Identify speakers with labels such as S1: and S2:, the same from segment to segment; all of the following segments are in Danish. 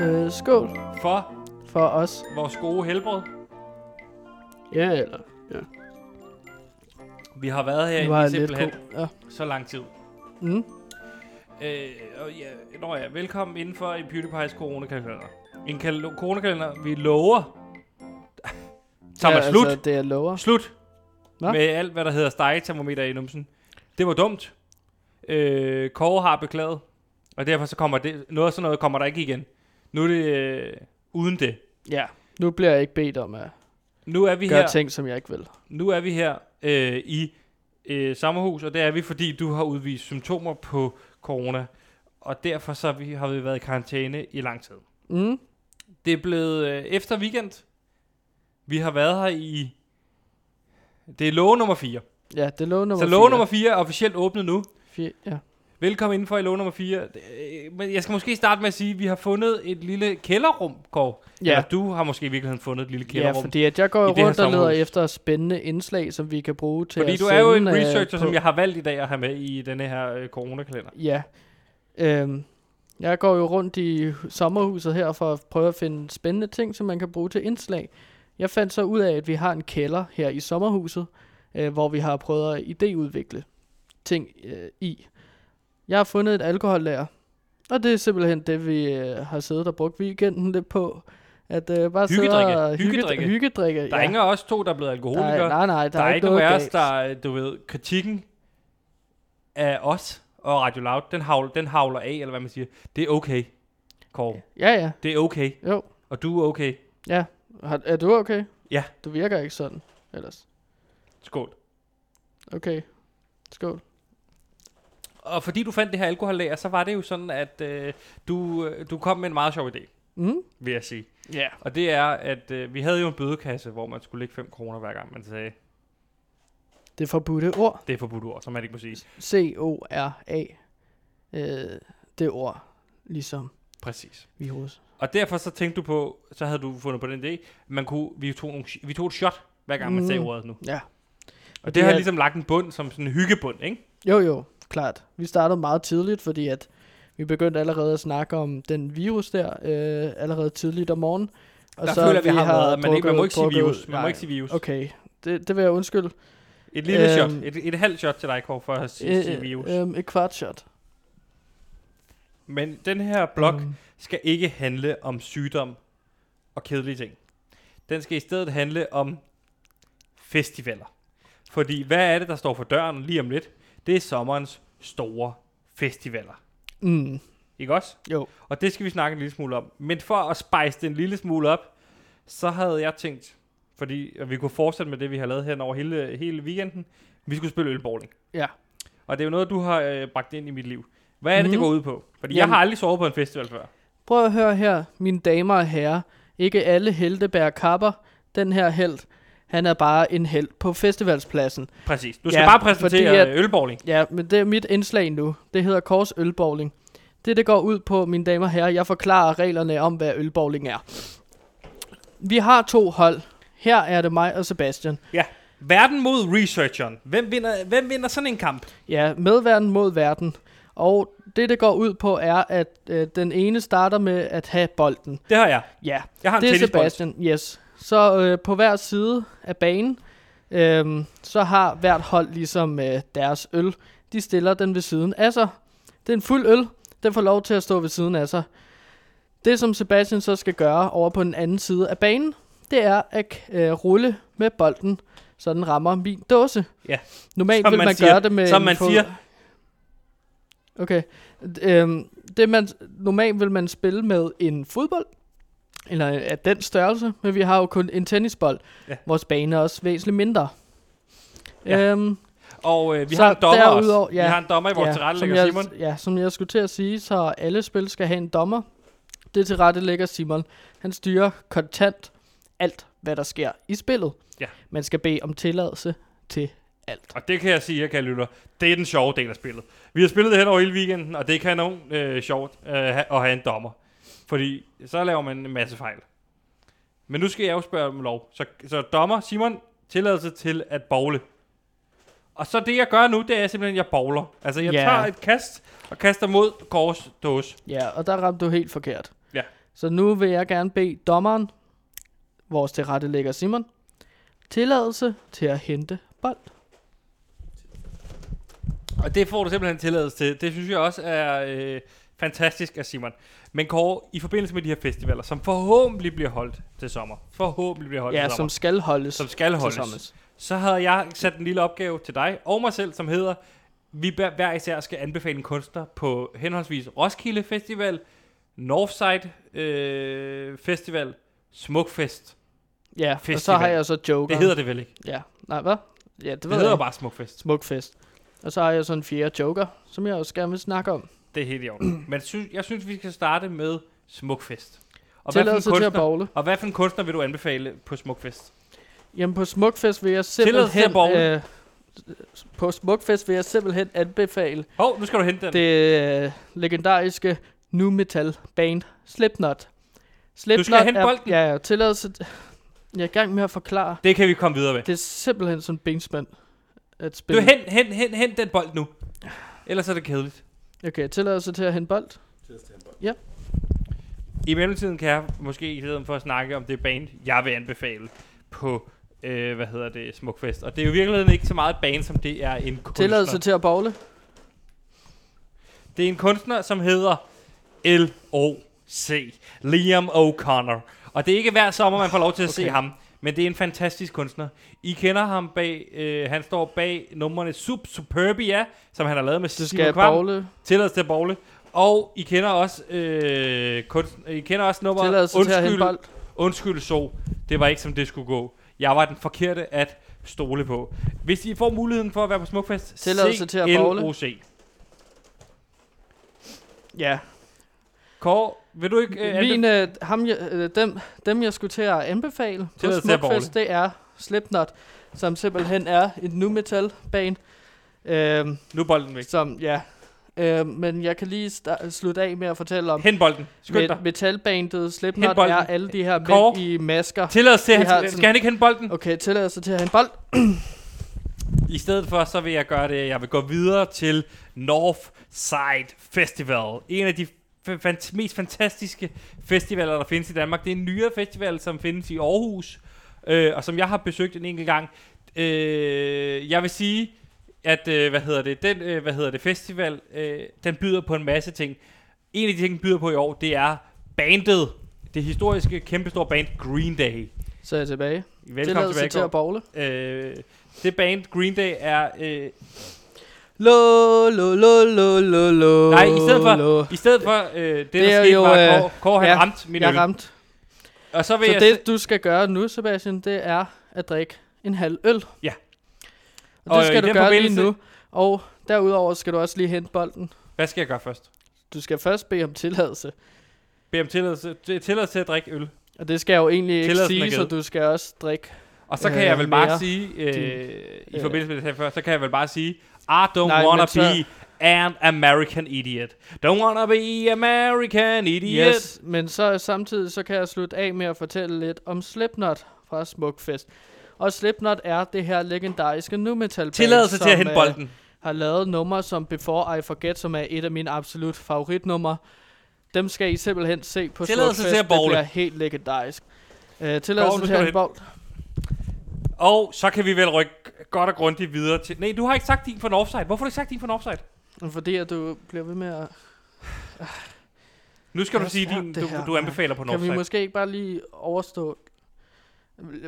S1: Øh, skål
S2: for
S1: for os.
S2: vores gode helbred.
S1: Ja, eller... Ja.
S2: Vi har været
S1: Det
S2: her
S1: var
S2: i
S1: lidt
S2: simpelthen
S1: god. Ja.
S2: så lang tid.
S1: Mm.
S2: Øh, og ja, nå ja, velkommen indenfor i PewDiePie's coronakalender. En kal- coronakalender, vi lover. Thomas,
S1: ja,
S2: ja, slut.
S1: Altså, det jeg lover.
S2: Slut
S1: Nå?
S2: Hva? med alt, hvad der hedder stegetermometer i numsen. Det var dumt. Øh, Kåre har beklaget, og derfor så kommer det, noget af sådan noget kommer der ikke igen. Nu er det øh, uden det.
S1: Ja. Nu bliver jeg ikke bedt om at
S2: Nu er vi
S1: gøre
S2: her,
S1: ting, som jeg ikke vil.
S2: nu er vi her øh, i øh, sommerhus, og det er vi, fordi du har udvist symptomer på corona, og derfor så vi, har vi været i karantæne i lang tid.
S1: Mm.
S2: Det er blevet øh, efter weekend. Vi har været her i... Det er låge nummer 4.
S1: Ja, det er lov nummer
S2: så låge
S1: fire.
S2: nummer 4 er officielt åbnet nu.
S1: Fire, ja.
S2: Velkommen indenfor i låge nummer 4. Men jeg skal måske starte med at sige, at vi har fundet et lille kælderrum, Kåre.
S1: Ja.
S2: Eller du har måske i virkeligheden fundet et lille
S1: ja,
S2: kælderrum.
S1: fordi at jeg går jo
S2: i det her
S1: rundt og leder
S2: sommerhus.
S1: efter spændende indslag, som vi kan bruge til
S2: fordi
S1: at
S2: du er jo en
S1: sende, øh,
S2: researcher,
S1: på-
S2: som jeg har valgt i dag at have med i denne her øh, coronakalender.
S1: Ja. Øhm, jeg går jo rundt i sommerhuset her for at prøve at finde spændende ting, som man kan bruge til indslag. Jeg fandt så ud af, at vi har en kælder her i sommerhuset, øh, hvor vi har prøvet at idéudvikle ting øh, i. Jeg har fundet et alkohollager, og det er simpelthen det, vi øh, har siddet og brugt weekenden lidt på. At øh, bare
S2: Hyggedrikke.
S1: sidde og
S2: Hyggedrikke.
S1: hyggedrikke.
S2: Der er ingen af os to, der er blevet alkoholikere.
S1: nej, nej, nej, der,
S2: der, der er ikke nogen
S1: noget
S2: af os,
S1: galt.
S2: der, øh, du ved, kritikken af os og Radio Loud, den havler, den havler af, eller hvad man siger. Det er okay, Kåre.
S1: Ja, ja,
S2: Det er okay,
S1: jo.
S2: og du er okay.
S1: Ja, Har- er du okay?
S2: Ja.
S1: Du virker ikke sådan ellers.
S2: Skål.
S1: Okay, skål.
S2: Og fordi du fandt det her alkohollager, så var det jo sådan, at øh, du, øh, du kom med en meget sjov idé,
S1: Mm?
S2: vil jeg sige.
S1: Ja.
S2: Og det er, at øh, vi havde jo en bødekasse, hvor man skulle lægge 5 kroner hver gang, man sagde,
S1: Det forbudte ord,
S2: det er forbudt ord, som man ikke må sige.
S1: C-O-R-A, øh, det ord, ligesom
S2: Præcis.
S1: virus.
S2: Og derfor så tænkte du på, så havde du fundet på den idé, at man kunne, vi, tog nogle, vi tog et shot, hver gang man
S1: Mm.
S2: sagde ordet nu.
S1: Ja.
S2: Og
S1: det
S2: det har
S1: er-
S2: ligesom lagt en bund som sådan en hyggebund, ikke?
S1: Jo, jo, klart. Vi startede meget tidligt, fordi at vi begyndte allerede at snakke om den virus der, øh, allerede tidligt om morgenen. Og
S2: Og der føler jeg, vi har været, man,
S1: drukket-
S2: ikke, man må ikke sige
S1: drukket-
S2: virus. Man må
S1: nej.
S2: ikke sige virus. Okay.
S1: Okay, det, det vil jeg undskylde.
S2: Et lille
S1: Øhm,
S2: shot. Et, et halvt shot til dig, Kåre, for at sige, sige virus.
S1: øh, et kvart shot.
S2: Men den her blog
S1: Øhm,
S2: skal ikke handle om sygdom og kedelige ting. Den skal i stedet handle om festivaler. Fordi hvad er det, der står for døren lige om lidt? Det er sommerens store festivaler.
S1: Mm,
S2: Ikke også?
S1: jo.
S2: Og det skal vi snakke en lille smule om. Men for at spice det en lille smule op, så havde jeg tænkt, fordi og vi kunne fortsætte med det, vi har lavet her over hele, hele weekenden, vi skulle spille ølbowling.
S1: Ja.
S2: Og det er jo noget, du har øh, bragt ind i mit liv. Hvad er det, mm. det
S1: Mhm.
S2: går ud på? Fordi jeg
S1: Jamen-
S2: har aldrig sovet på en festival før.
S1: Prøv at høre her, mine damer og herrer. Ikke alle helte bærer kapper. Den her held, han er bare en held på festivalspladsen.
S2: Præcis. Du skal
S1: Ja,
S2: bare præsentere
S1: fordi at-
S2: at... ølbowling.
S1: Ja, men det er mit indslag nu. Det hedder Kors Ølbowling. Det, det går ud på, mine damer og herrer, jeg forklarer reglerne om, hvad ølbowling er. Vi har to hold. Her er det mig og Sebastian.
S2: Ja. Verden mod researcheren. Hvem vinder, hvem vinder sådan en kamp?
S1: Ja, medverden mod verden. Og det, det går ud på, er, at øh, den ene starter med at have bolden.
S2: Det har jeg.
S1: Ja,
S2: Jeg har en
S1: det er
S2: tennisbold.
S1: Sebastian, yes. Så øh, på hver side af banen, øh, så har hvert hold ligesom øh, deres øl. De stiller den ved siden af sig. Det er en fuld øl. Den får lov til at stå ved siden af sig. Det, som Sebastian så skal gøre over på den anden side af banen, det er at øh, rulle med bolden, så den rammer min dåse.
S2: Ja.
S1: Normalt
S2: Som
S1: vil
S2: man
S1: man
S2: siger-
S1: gøre det med
S2: som
S1: en
S2: man
S1: fod.
S2: siger.
S1: Okay. D- Øhm, det man, normalt vil man spille med en fodbold, eller øh, af den størrelse, men vi har jo kun en tennisbold.
S2: Ja.
S1: Vores bane er også væsentligt mindre.
S2: Ja.
S1: Øhm,
S2: Og øh, vi
S1: Så
S2: har en dommer
S1: derudover-
S2: også.
S1: ja.
S2: Vi har en dommer i vores ja,
S1: som
S2: tilrettelægger,
S1: jeg,
S2: Simon.
S1: Ja, som jeg skulle til at sige, så alle spil skal have en dommer. Det tilrettelægger Simon. Han styrer kontant alt, hvad der sker i spillet.
S2: Ja.
S1: Man skal bede om tilladelse til alt.
S2: Og det kan jeg sige, jeg kan lytte. Det er den sjove del af spillet. Vi har spillet det hen over hele weekenden, og det kan nogen øh, sjovt øh, ha- at have en dommer. Fordi så laver man en masse fejl. Men nu skal jeg jo spørge om lov. Så, så dommer, Simon, tilladelse til at bowle. Og så det, jeg gør nu, det er simpelthen, at jeg bowler. Altså, jeg
S1: Ja.
S2: yeah. tager et kast og kaster mod Kors dåse.
S1: Ja, og der ramte du helt forkert.
S2: Ja.
S1: Så nu vil jeg gerne bede dommeren, vores tilrettelægger Simon, tilladelse til at hente bold.
S2: Og det får du simpelthen tilladelse til. Det synes jeg også er øh, fantastisk af Simon. Men Kåre, i forbindelse med de her festivaler, som forhåbentlig bliver holdt til sommer, forhåbentlig bliver holdt
S1: Ja,
S2: til sommer,
S1: som skal holdes.
S2: som skal
S1: til
S2: holdes,
S1: sommer.
S2: så havde jeg sat en lille opgave til dig og mig selv, som hedder, vi hver- hver især skal anbefale en kunstner på henholdsvis Roskilde Festival, Northside øh, Festival, Smukfest.
S1: Ja, og så
S2: Festival.
S1: har jeg så Joker.
S2: Det hedder det vel ikke?
S1: Ja, nej, hvad? Ja, det,
S2: Det,
S1: ved
S2: det hedder
S1: jeg.
S2: bare Smukfest.
S1: Smukfest. Og så har jeg sådan en fjerde Joker, som jeg også gerne vil snakke om.
S2: Det er helt i orden. Men synes, jeg synes, vi skal starte med Smukfest. Og hvad, for en
S1: tilladelse til at
S2: kunstner,
S1: bowle.
S2: og hvad for en kunstner vil du anbefale på Smukfest?
S1: Jamen på Smukfest vil jeg
S2: Tilladelse til at
S1: simpelthen...
S2: bowle.
S1: øh, på Smukfest vil jeg simpelthen anbefale
S2: Hov, nu skal du hente den. Det,
S1: det øh, legendariske nu metal band Slipknot. Slipknot
S2: hente
S1: er,
S2: bolden.
S1: Ja, ja, tilladelse... t- Jeg er i gang med at forklare.
S2: det kan vi komme videre med.
S1: Det er simpelthen sådan benspænd at
S2: Du
S1: spille.
S2: hent, hent, hent, hent den bold nu. Ellers er det kedeligt.
S1: Okay, tilladelse til at hente bold.
S2: I mellemtiden kan jeg måske i stedet for at snakke om det band, jeg vil anbefale på, øh, hvad hedder det, Smukfest. Og det er jo i virkeligheden ikke så meget et band, som det er en kunstner.
S1: Tilladelse til at bowle.
S2: Det er en kunstner, som hedder L.O.C. Liam O'Connor. Og det er ikke hver sommer, man får lov til at okay. se
S1: Okay.
S2: ham. Men det er en fantastisk kunstner. I kender ham bag, øh, han står bag numrene Sub Superbia, som han har lavet med
S1: Det
S2: Simon
S1: skal
S2: Kvam.
S1: bowle.
S2: Tilladelse til at bowle. Og I kender også, øh, kunst, I kender også nummeret
S1: Tilladelse til at hente
S2: Undskyld,
S1: bold.
S2: Undskyld så, det var ikke som det skulle gå. Jeg var den forkerte at stole på. Hvis I får muligheden for at være på Smukfest,
S1: Tilladelse
S2: se
S1: til at bowle.
S2: LOC.
S1: Ja.
S2: Kåre, vil du ikke... Øh,
S1: Min, øh, ham, jeg, øh, dem, dem, jeg skulle til at anbefale på
S2: Tilladelse til at
S1: Smukfest, det er Slipknot, som simpelthen er et nu metal band. Øhm,
S2: Nu er bolden væk.
S1: Som, ja. Øh, men jeg kan lige sta- slutte af med at fortælle om
S2: Hent bolden. Skynd
S1: met-
S2: dig.
S1: metalbandet
S2: Hent
S1: Slipknot
S2: bolden.
S1: er alle de her mænd
S2: Kåre.
S1: i masker.
S2: Tillad os til,
S1: Vi
S2: at
S1: har
S2: han,
S1: sådan-
S2: skal han ikke hente bolden?
S1: Okay, tilladelse til at have en bold.
S2: I stedet for, så vil jeg gøre det, jeg vil gå videre til Northside Festival. En af de f- fan- mest fantastiske festivaler, der findes i Danmark. Det er en nyere festival, som findes i Aarhus, øh, og som jeg har besøgt en enkelt gang. Øh, jeg vil sige, at øh, hvad hedder det, den øh, hvad hedder det, festival, øh, den byder på en masse ting. En af de ting, den byder på i år, det er bandet. Det historiske, kæmpestore band Green Day.
S1: Så er jeg tilbage.
S2: Velkommen
S1: tilladelse
S2: tilbage,
S1: til at bowle.
S2: Kåre. øh, det band Green Day er øh,
S1: Lo, lo, lo, lo, lo, lo,
S2: Nej, i stedet for-
S1: Lo.
S2: I stedet for øh, det, det,
S1: er
S2: der skete,
S1: jo,
S2: jo, var,
S1: øh,
S2: at Kåre, Kåre han
S1: ja,
S2: ramte min øl.
S1: Jeg ramte.
S2: Og så vil
S1: Så
S2: jeg... Det,
S1: det, du skal gøre nu, Sebastian, det er at drikke en halv øl.
S2: Ja.
S1: Og det
S2: Og, øh, i
S1: skal
S2: den
S1: du gøre
S2: forbindelse-
S1: lige nu. Og derudover skal du også lige hente bolden.
S2: hvad skal jeg gøre først?
S1: Du skal først bede om tilladelse.
S2: Bed om tilladelse, t- tilladelse til at drikke øl.
S1: Og det skal jeg jo egentlig ikke
S2: Tilladelsen er
S1: sige, så
S2: givet.
S1: du skal også drikke.
S2: Og så kan
S1: Øh,
S2: jeg vel bare
S1: mere
S2: sige, øh,
S1: din-
S2: i
S1: øh,
S2: forbindelse med det her før, så kan jeg vel bare sige, I don't
S1: Nej,
S2: Nej,
S1: men
S2: wanna
S1: så-
S2: be an American idiot. Don't wanna be American idiot. Yes.
S1: Yes, men så samtidig så kan jeg slutte af med at fortælle lidt om Slipknot fra Smukfest. Og Slipknot er det her legendariske nu metal
S2: Tilladelse til at hente
S1: øh,
S2: bolden.
S1: har lavet numre som Before I Forget, som er et af mine absolut favoritnumre. Dem skal I simpelthen se på
S2: Tilladelse
S1: Smukfest.
S2: til at
S1: Det
S2: bowle.
S1: bliver helt legendarisk. Øh,
S2: Kåre,
S1: tilladelse
S2: nu
S1: til
S2: skal
S1: at
S2: du
S1: hente bold.
S2: Og så kan vi vel rykke godt og grundigt videre til... Nej, du har ikke sagt din for Northside. Hvorfor har du ikke sagt din for Northside?
S1: Fordi at du bliver ved med at...
S2: Nu skal
S1: Det
S2: du
S1: er
S2: sige,
S1: svært,
S2: din,
S1: det
S2: du,
S1: her.
S2: du anbefaler på
S1: Kan vi
S2: Northside.
S1: måske ikke bare lige overstå...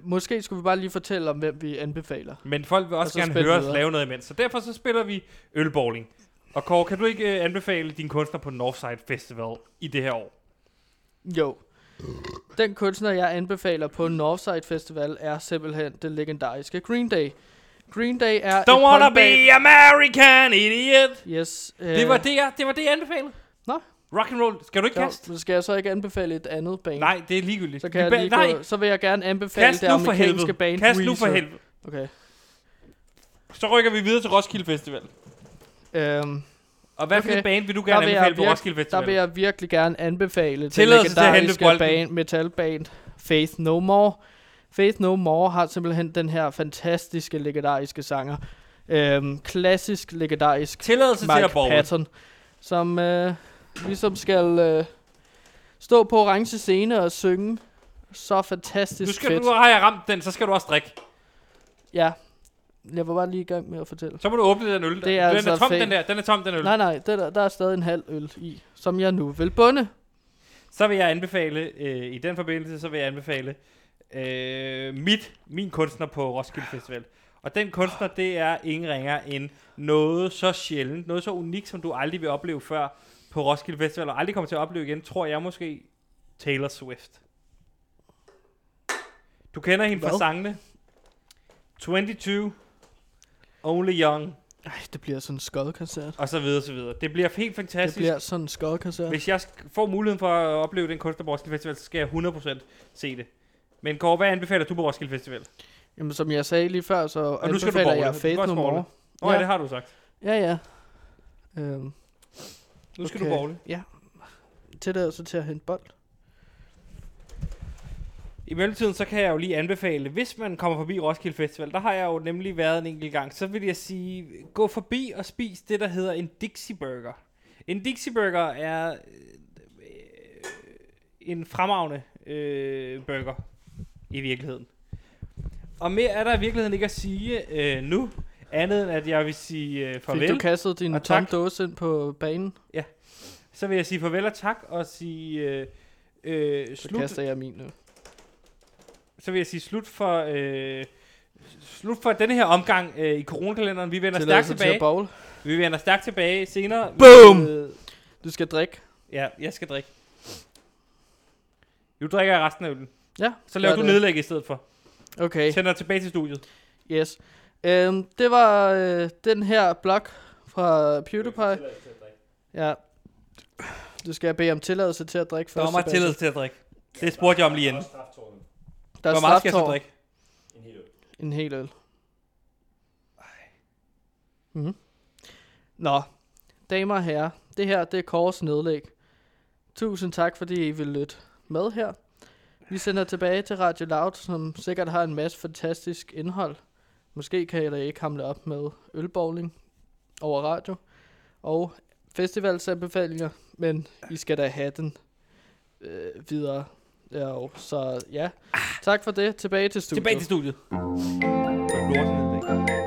S1: Måske skulle vi bare lige fortælle om, hvem vi anbefaler.
S2: Men folk vil også
S1: så
S2: og gerne
S1: spille
S2: høre os
S1: videre.
S2: lave noget imens. Så derfor så spiller vi ølbowling. Og Kåre, kan du ikke øh, anbefale din kunstner på Northside Festival i det her år?
S1: Jo. Den kunstner, jeg anbefaler på Northside Festival, er simpelthen det legendariske Green Day. Green Day er... et
S2: Don't wanna
S1: punkband-
S2: be American idiot!
S1: Yes. Øh,
S2: Det var det, jeg, det var det, jeg anbefalede.
S1: Nå.
S2: Rock and roll. Skal du ikke kaste?
S1: Jo, skal jeg så ikke anbefale et andet band?
S2: Nej, det er ligegyldigt.
S1: Så, kan jeg
S2: Vi ba-
S1: lige
S2: Nej,
S1: gå, så vil jeg gerne anbefale
S2: kast
S1: det
S2: nu for
S1: amerikanske
S2: helvede.
S1: band
S2: Kast nu
S1: Weezer.
S2: for helvede.
S1: Okay.
S2: Så rykker vi videre til Roskilde Festival.
S1: Øhm,
S2: Og hvad for
S1: Okay.
S2: et band vil du
S1: Der
S2: gerne
S1: vil jeg
S2: anbefale på
S1: virke-
S2: Roskilde
S1: der vil
S2: Festival?
S1: jeg virkelig gerne anbefale det
S2: Tilladelse til at hente
S1: legendariske
S2: bolden.
S1: band, metalband Faith No More. Faith No More har simpelthen den her fantastiske legendariske sanger. Øhm, klassisk legendarisk
S2: Tilladelse til
S1: Mike
S2: at borge.
S1: Patton, som øh, ligesom skal øh, Stå på orange scene og synge. Så fantastisk
S2: Nu, skal,
S1: fedt.
S2: nu har jeg ramt den, så skal du også drikke.
S1: Ja. Jeg var bare lige i gang med at fortælle.
S2: Så må du åbne den øl. der.
S1: Det er
S2: den
S1: altså
S2: er tom,
S1: fæ-
S2: den der. Den er tom, den øl.
S1: Nej, nej, det der, der er stadig en halv øl i, som jeg nu vil bunde.
S2: Så vil jeg anbefale, øh, i den forbindelse, så vil jeg anbefale øh, mit, min kunstner på Roskilde Festival. Og den kunstner, det er ingen ringer end noget så sjældent, noget så unikt, som du aldrig vil opleve før på Roskilde Festival, og aldrig kommer til at opleve igen, tror jeg måske, Taylor Swift. Du kender hende fra
S1: Hvad?
S2: sangene. 22, Only Young,
S1: Ej, det bliver sådan en skodkoncert.
S2: og så videre, så videre. Det bliver helt
S1: Det
S2: fantastisk.
S1: bliver sådan en skodkoncert.
S2: Hvis jeg sk- får muligheden for at opleve den kunst på Roskilde Festival, så skal jeg 100% se det. Men Kåre, hvad anbefaler du på Roskilde Festival?
S1: Jamen, som jeg sagde lige før, så
S2: Og nu skal du
S1: anbefaler
S2: bowle.
S1: jeg
S2: Du kan
S1: Faith
S2: godt
S1: No
S2: bowle.
S1: More.
S2: Nå, ja.
S1: Ja.
S2: det har du sagt.
S1: Ja, ja. Øhm,
S2: Nu skal
S1: okay.
S2: du bowle.
S1: Ja. Tilladelse til at hente bold.
S2: I mellemtiden, så kan jeg jo lige anbefale, hvis man kommer forbi Roskilde Festival, der har jeg jo nemlig været en enkelt gang, så vil jeg sige, gå forbi og spis det, der hedder en Dixie Burger. En Dixie Burger er øh, en fremragende øh, burger i virkeligheden. Og mere er der i virkeligheden ikke at sige øh, nu, andet end at jeg vil sige øh,
S1: Fik du
S2: farvel.
S1: kastet din
S2: Og
S1: tom
S2: tak.
S1: dåse ind på banen,
S2: Så vil jeg sige farvel og tak, og sige øh, øh,
S1: så
S2: slut
S1: kaster jeg min nu.
S2: så vil jeg sige slut for, øh, slut for denne her omgang øh, i coronakalenderen. Vi vender stærkt
S1: Tilladelse altså til at
S2: tilbage.
S1: bowl.
S2: Vi vender stærkt tilbage senere.
S1: Boom!
S2: Øh,
S1: Du skal drikke.
S2: ja, jeg skal drikke. Nu drikker jeg resten af øllen.
S1: Ja,
S2: Så laver
S1: gør
S2: du
S1: det.
S2: nedlæg i stedet for.
S1: Okay,
S2: Sender dig tilbage til studiet.
S1: yes. Øhm, det var øh, den her blog fra PewDiePie. Ja. Du skal bede om tilladelse til at drikke
S2: Der
S1: først.
S2: var mig
S1: Sebastian.
S2: tilladelse til at drikke. Det spurgte jeg om lige inden.
S1: Der er
S2: Hvor meget skal jeg så
S1: straftår.
S2: drikke?
S1: En hel øl. Mm. Nå, damer og herrer, det her det er Kåres nedlæg. Tusind tak, fordi I vil lytte med her. Vi sender tilbage til Radio Loud, som sikkert har en masse fantastisk indhold. Måske kan jeg da ikke hamle op med ølbowling over radio og festivalsanbefalinger, men I skal da have den øh, videre. Ja, og så ja, tak for det. Tilbage til studiet.
S2: Tilbage til studiet. Lortenedlæg.